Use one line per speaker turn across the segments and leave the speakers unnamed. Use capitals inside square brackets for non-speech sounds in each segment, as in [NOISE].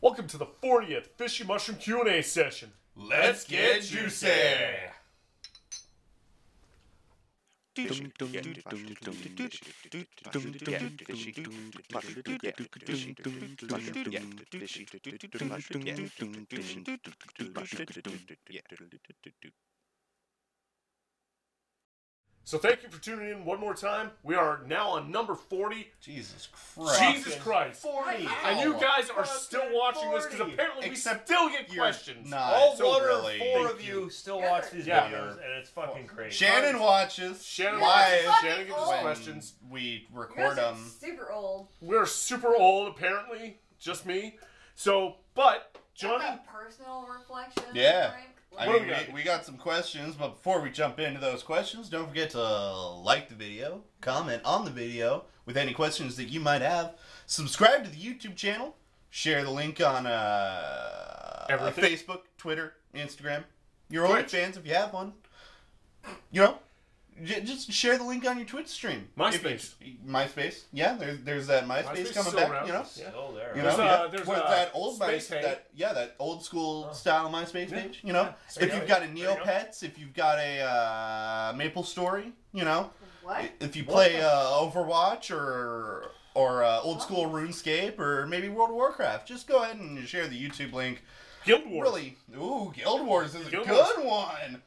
welcome to the 40th Fishy Mushroom Q&A session.
Let's get juicy.
So thank you for tuning in one more time. We are now on number 40.
Jesus Christ.
Jesus Christ.
Forty.
And you guys are still watching this because
40.
apparently we
Except
still get
you're
questions.
not.
All
So
one or
really-
four
Thank
of you still watch these
Yeah.
videos, and it's
Oh,
fucking crazy.
Shannon watches.
Shannon,
live
watches
Shannon gives us
Fucking
when
questions.
We
You guys
record
are
them.
Super old.
We're super old, apparently. Just me. So, but
Johnny.
Johnny,
personal reflection.
Yeah.
Frank?
I
What
mean,
do we got?
we, we got some questions, but before we jump into those questions, don't forget to like the video, comment on the video with any questions that you might have, subscribe to the YouTube channel, share the link on uh,
Everything.
Facebook, Twitter, Instagram, your own
Twitch.
fans if you have one. You know, j- just share the link on your Twitch stream. If you-
MySpace.
MySpace. Yeah, there's there's that MySpace,
MySpace
coming
still
back.
around.
You know.
Yeah.
Still there.
You know,
There's a-
yeah.
there's
With
a
that old
space
MySpace,
hang.
that yeah, that old school style MySpace
Yeah.
page. You know,
So
if
yeah,
you've got a
there you go.
Neopets, if you've got a uh, Maple Story, you know,
What?
if you
What
play
the-
uh, Overwatch or or uh, old
Oh.
school RuneScape or maybe World of Warcraft, just go ahead and share the YouTube link.
Guild Wars.
Really, ooh, Guild Wars is a
Guild
good one.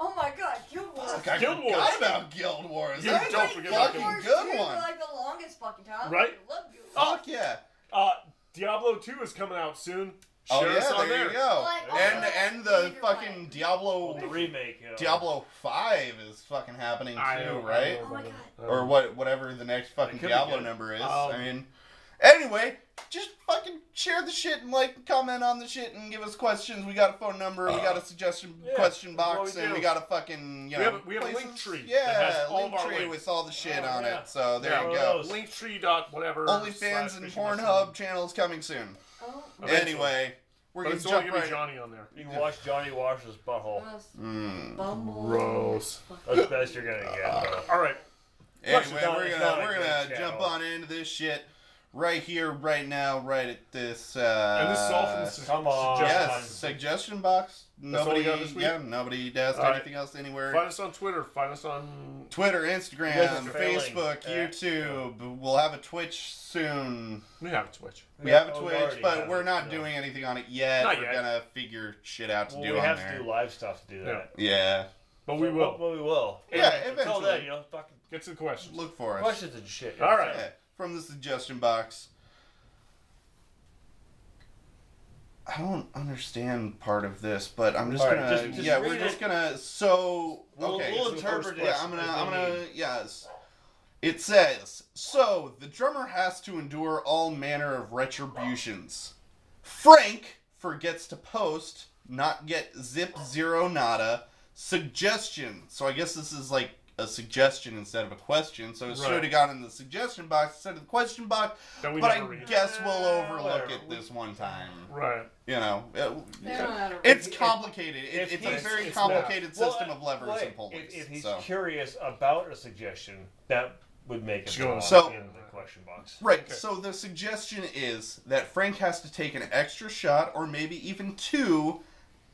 Oh my god, Guild Wars.
Fuck, I
Guild
forgot
Wars.
about Guild Wars.
You
That's
don't
a
forget about
fucking
Guild Oh.
good
2
one.
For like the longest fucking time.
Right?
I love Guild Wars.
Fuck yeah.
Uh, Diablo 2 is coming out soon. Share
Oh yeah,
us
there,
on there.
you go.
Like,
and
also,
and the
Peter
fucking
Pan.
Diablo
Well, the remake. You know.
Diablo Five is fucking happening too,
I don't- I
right?
don't
Oh my
remember.
Or what? Whatever the next fucking
could be
Diablo
good.
number is.
Um,
I mean, anyway, just fucking share the shit and like comment on the shit and give us questions. We got a phone number, we got a suggestion
Uh, Yeah,
question
that's what
box,
we
and
do.
we got a fucking you
We
know
have a- we have a
places-
link tree
Yeah,
that has all of
link
our
tree
links.
with all the shit
Oh,
on
yeah.
it. So there
Yeah,
you
all
go.
those.
Linktree Oh, dot whatever. slash
OnlyFans and
Fishy Mushroom.
Pornhub channels coming soon.
Oh,
Okay. Eventually.
Anyway, we're
But
gonna
it's only
jump
gonna be
right.
Johnny on there.
You can watch Johnny wash his butthole.
gross.
Mm.
Bumble.
Gross.
That's the best you're gonna get.
uh,
Bro.
All right.
Anyway,
It's not-
we're
it's
gonna
not a
we're
great
gonna
channel.
jump on into this shit right here, right now, right at this. Uh,
And this is all from the su-
come on.
suggestion
yes
box.
suggestion box.
That's all we
Nobody,
got this week?
yeah, nobody does
All right.
anything else anywhere.
Find us on Twitter. Find us on.
Twitter,
You guys
Instagram,
are failing.
Facebook,
Yeah.
YouTube. We'll have a Twitch soon.
We have a Twitch.
We have a
Oh, we
Twitch,
already
but
have
we're
it,
not
yeah.
doing anything on it yet.
Not
we're
yet.
gonna figure shit out to
Well,
do
we
on
have
there.
to do live stuff to do that.
yeah,
But we will.
Well, we will.
Yeah,
Until then,
eventually.
you know, fucking
Get to the questions.
look for us.
questions and shit. you
All
know,
right.
Yeah, from the suggestion box. I don't understand part of this, but I'm just
All right,
gonna
just- just
yeah,
read
we're just
it.
gonna so
We'll-
okay.
we'll
so
interpret
first-
it
Yeah, I'm gonna
as we
I'm gonna
need.
yes. It says so the drummer has to endure all manner of retributions. Frank forgets to post, not get zip zero nada suggestion. So I guess this is like a suggestion instead of a question. So it should
Right.
have gone in the suggestion box instead of the question box.
That we
but I
never read.
guess we'll
Uh,
overlook
whatever.
it this one time.
Right.
You know, it-
They don't know how to
it's
read.
complicated. It,
If
it's a
he's-
very
it's not. uh,
complicated
Well,
system of levers
wait,
and pulleys.
If, if he's
so.
curious about a suggestion, that would make it
Sure.
belong
So-
in the question box.
Right.
Okay.
So the suggestion is that Frank has to take an extra shot, or maybe even two,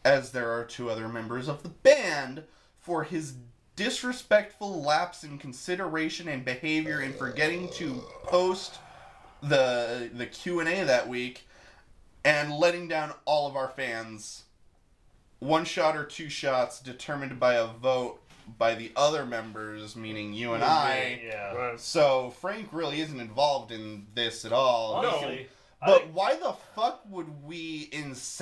as there are two other members of the band, for his disrespectful lapse in consideration and behavior in forgetting to post the the Q and A that week, and letting down all of our fans. One shot or two shots determined by a vote by the other members, meaning you and I.
Yeah.
Right.
So Frank really isn't involved in this at all.
Honestly, I
But
think-
why the fuck would we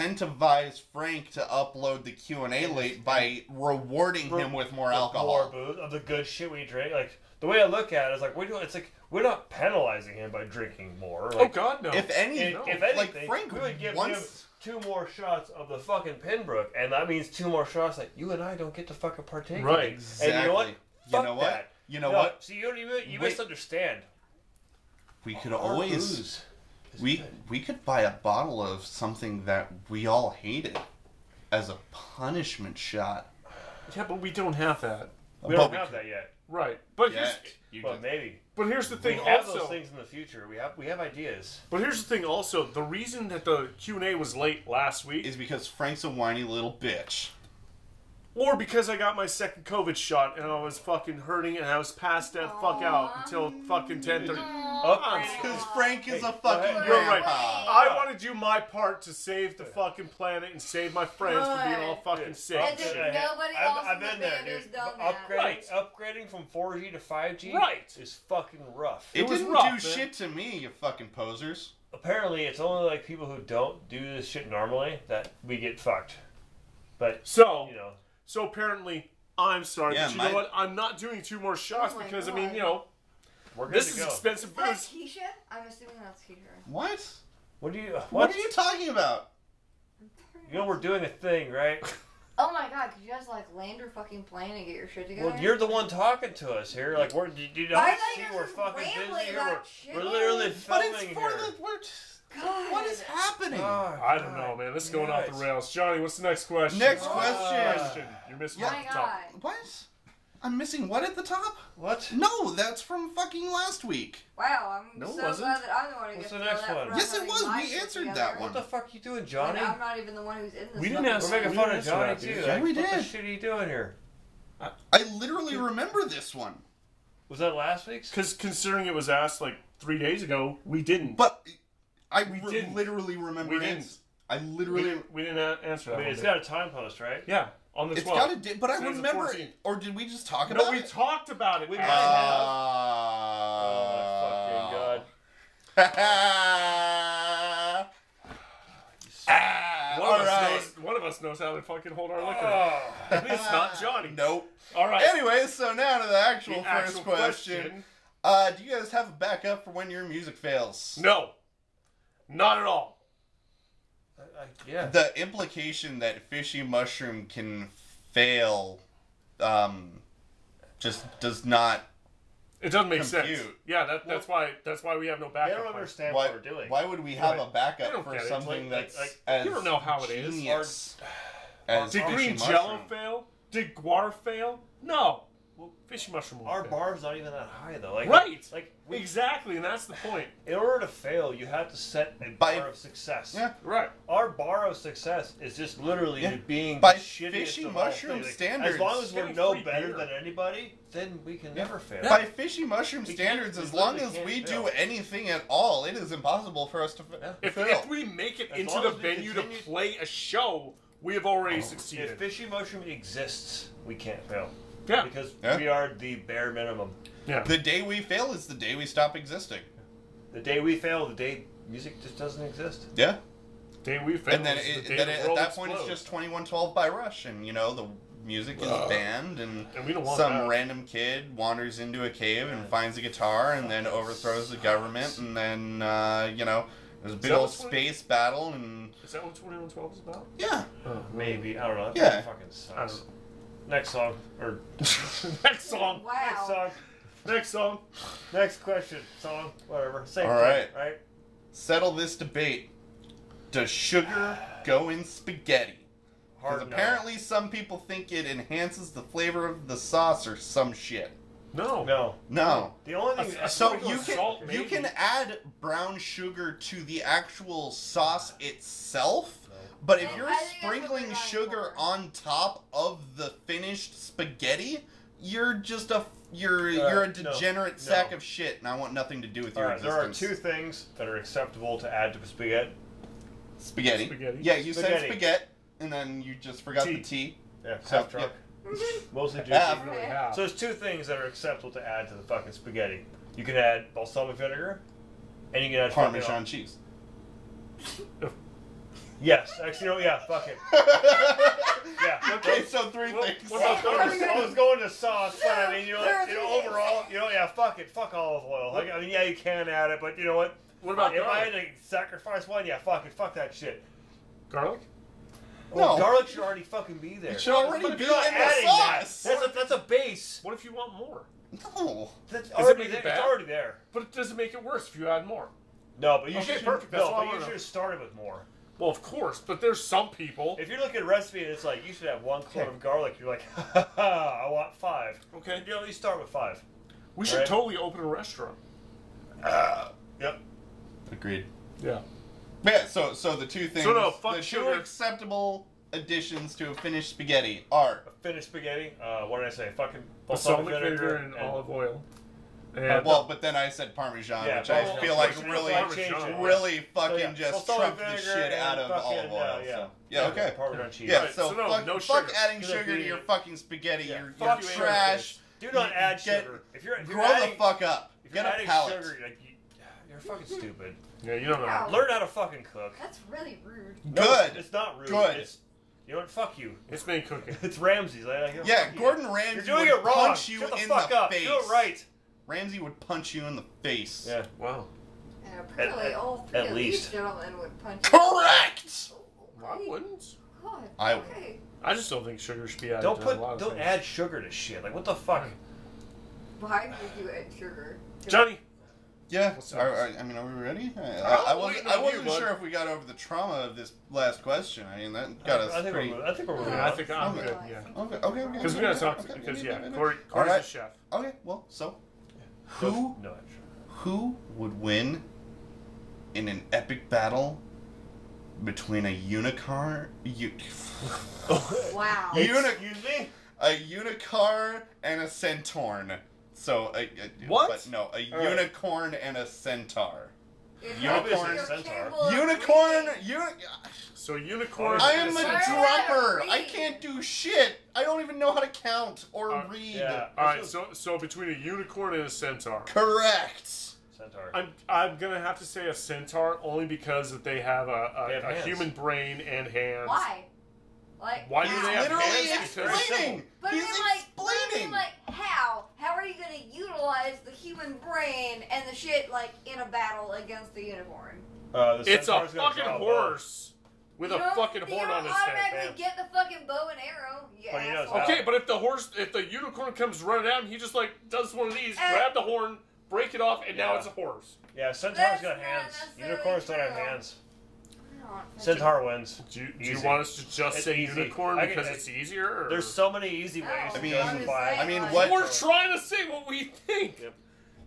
incentivize Frank to upload the Q and A late by rewarding him with more
the more
alcohol?
booze, of the good shit we drink. Like the way I look at it is like we do. It's like we're not penalizing him by drinking more.
Oh
Like,
God, no.
If any,
if,
no.
if anything,
like Frank
we would give
once.
him two more shots of the fucking Pinbrook, and that means two more shots. Like you and I don't get to fucking partake.
Right.
In it. And you know what?
Exactly. You
Fuck
know what?
That.
You know
No,
what?
See, you don't even you
Wait.
misunderstand.
We could
Our
always
booze is
we
good.
we could buy a bottle of something that we all hated as a punishment shot.
yeah, but we don't have that.
We
But
don't
we
have
could-
that yet.
Right. But here's
Yet, you
Well,
just-
maybe.
but here's the
We
thing
have
also
those things in the future. We have we have ideas.
But here's the thing also, the reason that the Q&A was late last week
is because Frank's a whiny little bitch.
or because I got my second COVID shot and I was fucking hurting and I was passed that fuck out until fucking 10:30.
Up
Because Frank is
Hey,
a
go
fucking
ahead.
You're right.
grandpa.
I want to do my part to save the fucking planet and save my friends from being all fucking
And
sick.
then nobody
I've,
else
I've
in the
been there,
band has
dude.
done that.
Upgrading,
Right.
upgrading from 4G to 5G
Right.
is fucking rough.
It,
It was
didn't
rough,
do
man.
shit to me, you fucking posers.
Apparently, it's only like people who don't do this shit normally that we get fucked. But
So,
you know,
so apparently I'm sorry,
Yeah,
but you
my-
know what? I'm not doing two more shots
Oh my
because I
God.
mean, you know,
we're good
this
to
is
go.
expensive
Is that
booze.
Keisha? I'm assuming that's Keisha.
What?
What do you?
What,
What?
are you talking about?
You know, we're doing a thing, right?
Oh my god, could you guys like land your fucking plane and get your shit together?
Well, you're the one talking to us here. Like, we're you, you
I
don't
thought
see
you
we're
were
fucking
rambling
busy here.
about
We're,
shit.
we're literally
But
filming
it's for
here.
the we're t-
God.
What is happening?
Oh,
I don't
God.
know, man. This is going
Yes.
off the rails. Johnny, what's the next question?
Next
What's the
question.
You're missing
Oh
off
my
the top.
god.
what? I'm missing what at the top?
What?
No, that's from fucking last week.
Wow, I'm
No,
so
it wasn't.
glad that I'm the one who
What's
gets
the
to
next
know that
one?
for
Yes, it
having
was. We
my shit
answered
together.
that
What
one.
the fuck you doing,
And
Johnny?
I'm not even the one who's in this.
We didn't
motherfucker.
ask-
We're making
We
fun
did
of
this one,
Johnny
dude.
too.
Yeah,
Like,
we
What the
did.
shit are you doing here?
I literally remember this one.
Was that last week's?
Because considering it was asked like three days ago, we didn't.
But I
We
re-
didn't.
literally remember
We
it.
didn't.
I
we
literally.
didn't, we didn't a- answer that.
I mean,
one,
it's
did
got a time post, right?
we? yeah, on the
It's
12th.
got a di- but I
It was the
remember.
14th.
Or did we just talk about
no, we
it?
talked about it.
We
Ah.
might have. Oh my fucking
Ah.
god!
[LAUGHS] Ah. Ah.
one,
All
of
right.
us knows, one of us knows how to fucking hold our liquor.
Oh,
At least not Johnny.
Nope.
All right.
Anyway, so now to the actual
the
first
actual
question. Uh, do you guys have a backup for when your music fails?
No, not at all.
I- I- yeah.
The implication that fishy mushroom can fail, um, just does not.
It doesn't make sense.
Compute.
Yeah, that, that's why that's why we have no
I
backup.
don't
plan.
understand
Why,
what we're doing.
why would we have
Right.
a
I
backup
don't
for
get it. It's
something
like-
that's
like-
as
you don't know how it is.
genius as
Did
fishy
green
mushroom?
jello fail? Did guar fail? No. Well, fishy mushroom. won't
Our
fail.
bar's not even that high though. Like,
Right.
Like we,
Exactly, and that's the point.
in order to fail, you have to set a
By-
bar of success.
Yeah.
Right.
Our bar of success is just literally
Yeah.
being
By
the shittiest
fishy
of all
mushroom
things. Like,
standards.
As long as
Get
we're
a
no
free
better
beer.
than anybody, then we can never fail.
By fishy mushroom
We can't-
standards,
we
as long
literally
as
can't
we do
fail.
anything at all, it is impossible for us to fa-
Yeah.
If,
fail.
if we make it
As
into
long
the
as we
venue to
continue- Oh,
play a show, we have already succeeded.
If fishy mushroom exists, we can't fail
yeah.
because
Yeah.
we are the bare minimum.
yeah.
The day we fail is the day we stop existing.
The day we fail, the day music just doesn't exist.
Yeah.
day we fail.
And then,
is
it,
the day
then
the
it- at
world
that point, it's
explodes.
just 2112 by Rush, and you know, the music is banned, and,
And we don't want
some
that.
random kid wanders into a cave and finds a guitar, and then overthrows the government, and then, uh, you know, there's a big
that
old
what's going-
space battle, and
Is that what 2112 is about? [LAUGHS]
yeah.
Maybe I don't know. That
Yeah.
fucking
Uh-huh. I
sucks.
don't
Next song or
know. next song.
next
Wow.
song,
Next song.
next question, song, whatever. Same
All
thing,
right.
right?
Settle this debate. Does sugar go in spaghetti? Because
Hard no.
apparently, some people think it enhances the flavor of the sauce or some shit.
No.
No.
No.
The only thing.
A- a
So
Sprinkle
you
of
can
salt,
you
maybe.
can add brown sugar to the actual sauce itself, but if
I-
you're
I think that's what
sprinkling
they're going
sugar
for.
on top of the finished spaghetti, you're just a you're
Uh,
you're a
no,
degenerate
no.
sack of shit, and I want nothing to do with
All
your
right, there are
existence.
two things that are acceptable to add to spaghetti.
spaghetti.
Spaghetti.
Yeah, you said
Spaghetti.
spaghetti, and then you just forgot the
Tea.
tea.
Yeah,
So,
half drunk,
Mhm.
mostly juicy.
Yeah.
Really
Okay.
have.
So there's two things that are acceptable to add to the fucking spaghetti. You can add balsamic vinegar, and you can add fucking-
Parmesan
[LAUGHS]
cheese.
Yes, actually, no, yeah, fuck it. Yeah.
okay, so three
Well,
things.
what about
I
third?
was, I was going to sauce, but I mean, you know, like, you know, overall, you know, yeah, fuck it, fuck olive oil. Like, I mean, yeah, you can add it, but you know what?
What about
if I had
garlic?
to sacrifice one? Yeah, fuck it, fuck that shit.
Garlic?
No.
Well, garlic should already fucking be there.
It should already
But if
be
you're not
in the
adding
sauce.
That, that's a that's a base.
What if you want more?
No.
That's
it
already
make it
there.
bad?
It's already there.
But it doesn't make it worse if you add more.
No, but you
Okay,
should
perfect, that's
No,
all I
but
wanna
you
know.
should have started with more.
Well, of course, but there's some people.
If you look at a recipe and it's like you should have one clove
Okay.
of garlic, you're like, [LAUGHS] ha ha, I want five.
Okay.
You know, you start with five.
We should
Right.
totally open a restaurant.
Yep.
Agreed.
Yeah.
But yeah, so so the two things
So no, fuck
the two
sugar.
acceptable additions to a finished spaghetti are
A finished spaghetti. Uh, what did I say? Fucking
Balsamic vinegar and, olive oil. And
well, but then I said parmesan,
Yeah,
which I
well,
feel
of
like
course, you
really
know, Parmesan.
Parmesan.
really fucking
So, yeah,
just
balsamic
trumped the
vinegar
shit
and
out of
fucking,
olive oil.
uh, yeah.
so. yeah, okay.
Parmesan cheese.
Yeah,
Right,
so,
so no,
fuck,
no
fuck
sugar.
adding
Cause
sugar
if
to
you-
your fucking spaghetti.
Yeah,
You're,
fuck
you're
you,
trash.
Do not
You
add
get-
sugar. If you're, if you're
Grow
adding,
the fuck up.
if you're
Get a
adding
palate.
sugar, like, you, [SIGHS] you're fucking stupid.
yeah, you don't know.
Wow.
Learn how to fucking cook.
That's really rude.
No,
Good.
It's not rude.
Good.
It's, you know what? Fuck you. [LAUGHS]
It's me cooking.
It's Ramsey's. Like, like,
Yeah,
fuck you.
Gordon Ramsay
You're doing
would
it wrong.
punch you
Shut the
in
fuck
the
up.
face.
Do it right.
Ramsey would punch you in the face.
Yeah.
Wow.
And apparently,
at-
all three
at
of
least.
these gentlemen would punch. you.
Correct.
Oh,
I
okay.
wouldn't.
God.
I would.
okay.
I just don't think sugar should be added.
Don't
to
put.
A lot of
Don't
things.
add sugar to shit. Like what the fuck?
Why would you add sugar?
Johnny.
Yeah.
What's
Are, are, I mean, are we ready? I, I, I
I'm
wasn't.
waiting
I
on
wasn't
you, bud.
sure if we got over the trauma of this last question. I mean, that got
I,
us
I think
pretty.
we're. I think
Oh,
we're moving
Yeah, I
on.
think I'm
Okay.
good. Yeah.
Okay. Okay. okay,
Because we
okay,
gotta talk.
okay,
because
okay,
yeah,
okay.
Corey,
All
Corey's
right.
the chef.
Okay. Well, so who
No, extra.
who would win in an epic battle between a unicorn, u- [LAUGHS]
Wow.
You- Uni-
Excuse me.
a unicorn and a centaur? So a, a
What?
But no, a
All right.
unicorn and a centaur.
It's
Unicorn
your
centaur.
cable of
unicorn,
reading.
uni-
So unicorn.
I am a
Sorry, I
drummer.
gotta
I
read.
can't do shit. I don't even know how to count or
Uh,
read.
Yeah.
All right. So so between a unicorn and a centaur.
Correct.
Centaur.
I'm I'm gonna have to say a centaur only because that they have a, a,
They have
a
hands.
human brain and hands.
Why? Like.
Why do
He's
they have
literally
hands? Because-
explaining.
But
He's
then, like, But
explaining.
then, like, how? How are you going to utilize the human brain and the shit, like, in a battle against the unicorn?
Uh, the
It's a
centaur's gonna
fucking
draw bow.
horse with
You
a
don't-
fucking
you
horn
don't
on his
automatically
head.
get the fucking bow and arrow. You
But he knows
asshole.
how.
Okay, but if the horse, if the unicorn comes running out, he just like does one of these,
Eh.
grab the horn, break it off, and now
Yeah.
it's a horse.
Yeah, centaurs
That's
got
not
hands.
necessarily
Unicorns don't have
true.
hands.
Oh, that's
Centaur wins.
Do you, do you
Easy.
want us to just
It's
say
easy.
unicorn
I can-
because
I-
it's easier? Or?
There's so many easy ways
Oh,
to
I mean-
justify.
I
I mean,
Like-
what?
We're trying to say what we think.
Yep.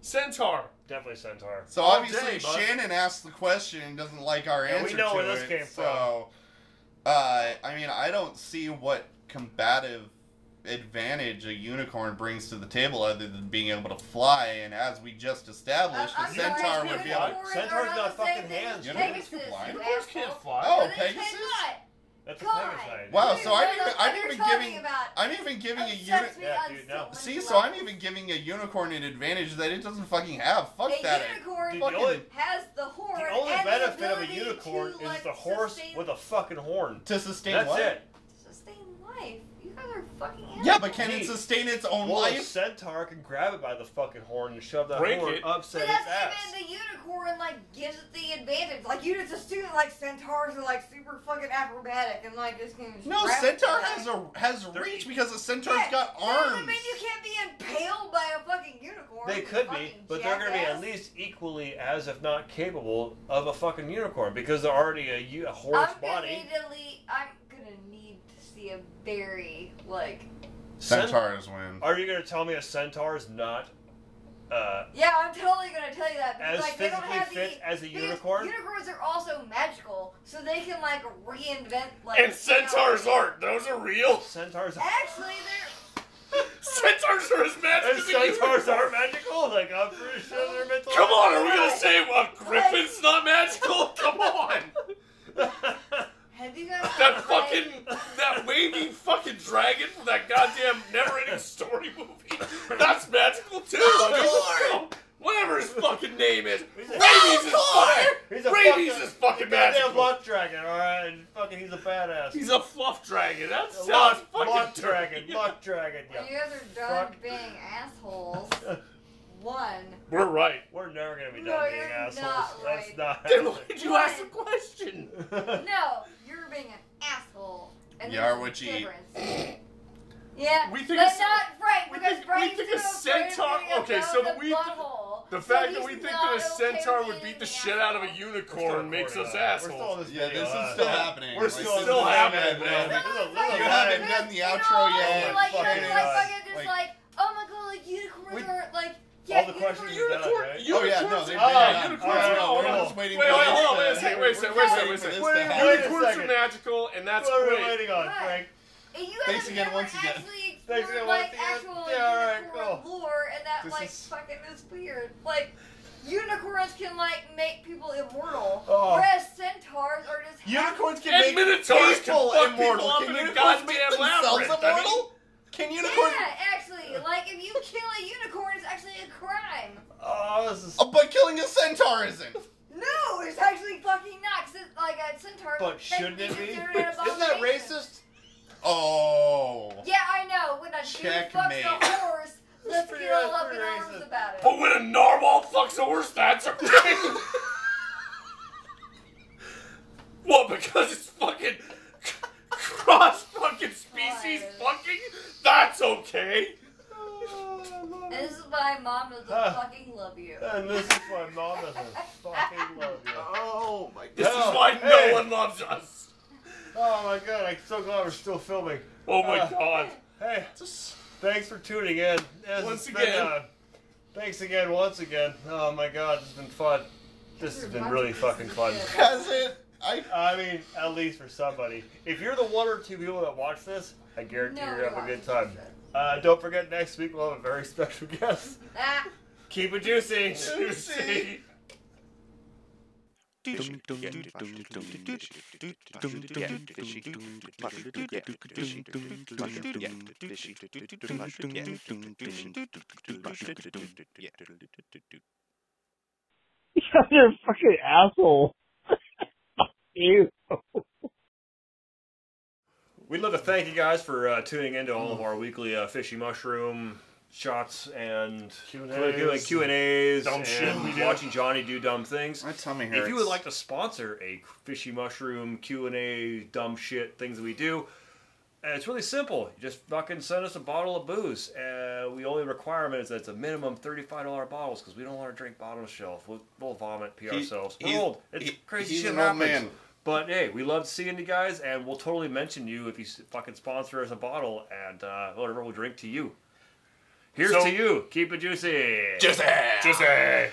Centaur.
Definitely centaur.
So
All day,
obviously
bud.
Shannon asked the question and doesn't like our
Yeah, we
answer.
know
to
where this
it,
came
So, uh, I mean, I don't see what combative advantage a unicorn brings to the table other than being able to fly. And as we just established,
Uh, I'm
the
sorry,
centaur
you
would be
fly.
able.
unicorns
Centaur's
are
got
on the same
fucking
thing
hands.
as
Unicorns can
Pegasus,
fly.
you
Unicorns can't
asshole.
fly.
Oh,
But they
Pegasus?
cannot.
That's a
God.
Pegasus.
Wow.
Dude,
So I'm
what
even.
the fuck
I'm
are you
even
talking
giving.
about?
I'm even giving a
Upsets
unicorn.
me
Yeah,
on
dude,
so
no.
many
See, so I'm
levels.
even giving a unicorn an advantage that it doesn't fucking have. Fuck
A
that.
unicorn
Dude, the only,
has the horn.
the only
and
benefit
the
of a
ability
unicorn
to,
is
like,
the horse
sustain,
with a fucking horn.
To sustain
That's
what?
it.
sustain life. You guys are fucking.
Yeah, but
animals.
can it
Hey,
sustain its own
Well, a
life?
centaur can grab it by the fucking horn and shove that
Break
horn
it.
But
upset its
that's
ass.
even the unicorn like gives it the advantage. Like you just assume like centaurs are like super fucking acrobatic and like just can. just
No,
grab
centaur
it.
has a has
They're-
reach because a centaur's
Yeah,
got
that
arms.
doesn't mean you can't be impaled by a fucking unicorn.
They
you
could be,
fucking
but they're going to be at
jackass.
least equally as, if not capable, of a fucking unicorn because they're already a, u- a horse
I'm gonna
body.
need to lead, I'm gonna need to see a very like.
Cent-
Centaurs win.
Are you going to tell me a centaur is not uh,
Yeah, I'm totally gonna tell you that. Because,
as
like, they don't
physically
have
fit
the,
as a
because
unicorn?
Unicorns are also magical, so they can like reinvent like.
And centaurs aren't. Those are real.
Centaurs.
Actually, they're
Centaurs are as
And
magic as a
[LAUGHS] centaurs
unicorn.
are magical. Like I'm pretty sure
[LAUGHS]
they're mental.
Come on, are we gonna say a griffin's not magical? [LAUGHS] Come on.
have you guys
That
like,
fucking, that waving fucking dragon from that goddamn never-ending story movie. That's magical too. I mean, whatever his fucking name is, rabies is fucking,
He's a
rabies
fucking-
is fucking
Goddamn
magical.
luck dragon. All right, and fucking he's a badass.
He's a fluff dragon. That
A
sounds
luck-
fucking
luck
dirty. [LAUGHS]
dragon. Luck dragon.
When
Yeah.
you guys are done
Fuck.
being assholes. One.
We're right.
We're never gonna be done
No,
being
you're
assholes.
not
That's
right.
not.
Then why did you ask the question?
[LAUGHS]
No, you're being an asshole. And
You
there's
are
a
what you eat.
difference. Yeah,
We think
but
a-
not Frank
we
because
think- we
Frank's
think
too
a
afraid of
centaur-
being a
okay,
bone
so
in the
we-
butthole. asshole.
The
so
fact that
he's
we think
not
that a centaur
okay
would
being
beat
an
the shit out of a
asshole.
unicorn makes us assholes.
We're still
Yeah,
in this video,
this is
uh,
still happening.
We're
Like,
still-
this
still
is
happening,
man.
man.
No,
There's a
it's
little
like
You haven't
this,
done the
you
outro yet.
know,
Oh
Like,
my
like,
fucking
like,
God.
fucking just
Like-
like, oh my god, like unicorns
We-
are like, yeah,
the
unicorns
questions
are
are done.
Unicorn,
right?
Oh yeah, no,
unicorns
they
are
Ah,
bad.
yeah,
Unicorns
all
are
right,
all
hold
We're
on.
right.
just waiting
Wait, wait,
for this
hold on,
to-
wait a second, wait a second,
we're
wait a
just waiting for
second.
this to
Wait,
happen.
wait a
Unicorns are
second.
magical, and that's
What are we
great.
waiting on,
Right.
Frank?
And you
Thanks
guys
again,
never
once again.
actually
Thanks
explored,
again,
like,
once again.
actual
Yeah, all right,
unicorn
cool.
lore, and that,
This
like,
is-
fucking is weird. Like, unicorns can, like, make people immortal,
Oh.
whereas centaurs are just...
Unicorns can
And
make
minotaurs can
people
fuck
immortal.
people up
Can
in a
unicorns make
goddamn
themselves
labyrinth, I mean-
immortal? Can unicorns?
Yeah, actually, like, if you kill a unicorn, it's actually a crime.
Oh, this is. [LAUGHS]
Oh, but killing a centaur isn't.
No, it's actually fucking not, 'cause it's, like, a centaur...
But
they
shouldn't it be?
considered an
[LAUGHS] Isn't that
abomination. [LAUGHS]
racist?
Oh.
Yeah, I know. When a dude fucks
Checkmate.
[LAUGHS]
a horse, let's
pretty-
get all
that's
up in
pretty
arms
racist.
about it.
But when a narwhal fucks a horse, that's a thing. [LAUGHS] well, because it's fucking cross fucking species
God.
fucking. That's okay.
Oh, I love
And
it.
this is why mom doesn't
Huh.
fucking love you.
And this is why mom doesn't
[LAUGHS]
fucking love you.
Oh my
This
Oh,
is why
hey.
no one loves us.
Oh my god, I'm so glad we're still filming.
Oh my
Uh,
god.
Hey,
Just-
thanks for tuning in. This
Once
has been,
again.
uh, thanks again, once again. Oh my god, it's been fun. This has been really fucking fun. [LAUGHS]
Has it? I.
I mean, at least for somebody. If you're the one or two people that watch this, I guarantee
No,
you're gonna have a
watch
good
this
time.
shit.
Uh, don't forget, next week we'll have a very [LAUGHS] special guest.
Ah.
Keep it juicy.
You see?
Yeah.
You guys are fucking asshole. you.
[LAUGHS] We'd love to thank you guys for uh, tuning into all of our weekly uh, fishy mushroom shots and Q and A's,
Dumb
and
shit we do.
watching Johnny do dumb things.
My tummy hurts.
If you would like to sponsor a fishy mushroom Q and A dumb shit things that we do, uh, it's really simple. You just fucking send us a bottle of booze. Uh, we only requirement is that it's a minimum thirty-five dollar bottles because we don't want to drink bottom shelf. We'll, we'll vomit, pee
He-
ourselves. We're
he's-
old. It's
he-
crazy
he's
shit
an old
happens.
man.
But hey, we love seeing you guys, and we'll totally mention you if you s- fucking sponsor us a bottle and uh, whatever. We'll drink to you. Here's
So-
to you. Keep it juicy.
Just say.